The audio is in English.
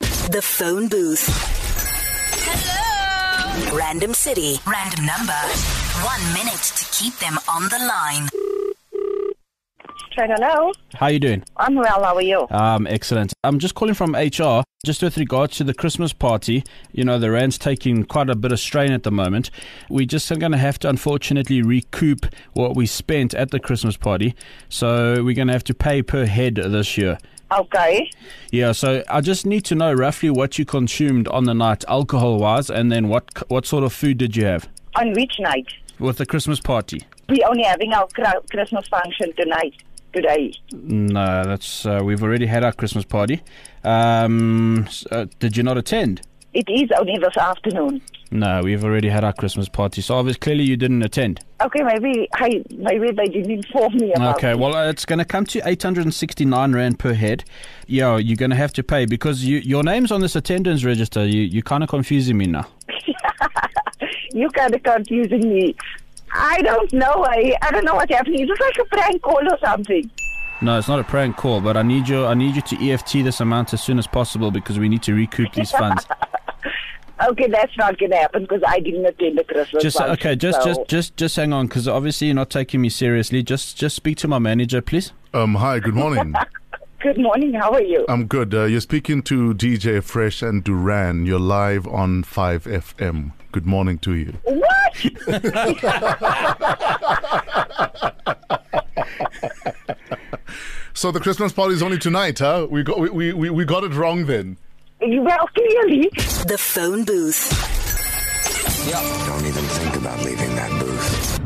The phone booth. Hello. Random city, random number. One minute to keep them on the line. Trent, hello. How you doing? I'm well. How are you? Um, excellent. I'm just calling from HR, just with regards to the Christmas party. You know, the rand's taking quite a bit of strain at the moment. We just are going to have to, unfortunately, recoup what we spent at the Christmas party. So we're going to have to pay per head this year. Okay. Yeah. So I just need to know roughly what you consumed on the night, alcohol-wise, and then what what sort of food did you have On which night? with the Christmas party? We only having our cra- Christmas function tonight. Today. No, that's uh, we've already had our Christmas party. Um, s- uh, did you not attend? It is only this afternoon. No, we've already had our Christmas party, so obviously clearly you didn't attend. Okay, maybe I maybe they didn't inform me about. Okay, well uh, it's going to come to 869 rand per head. Yeah, you're going to have to pay because you, your name's on this attendance register. You you kind of confusing me now. You kind of confusing me. I don't know. I I don't know what's happening. It was like a prank call or something. No, it's not a prank call, but I need you I need you to EFT this amount as soon as possible because we need to recoup these funds. Okay, that's not gonna happen because I didn't attend the Christmas Just function. okay, just so- just just just hang on because obviously you're not taking me seriously. Just just speak to my manager, please. Um, hi, good morning. Good morning. How are you? I'm good. Uh, you're speaking to DJ Fresh and Duran. You're live on 5FM. Good morning to you. Uh, what? So the Christmas party is only tonight, huh? We got, we, we- we, we got it wrong then. Well, clearly. The phone booth. Don't even think about leaving that booth.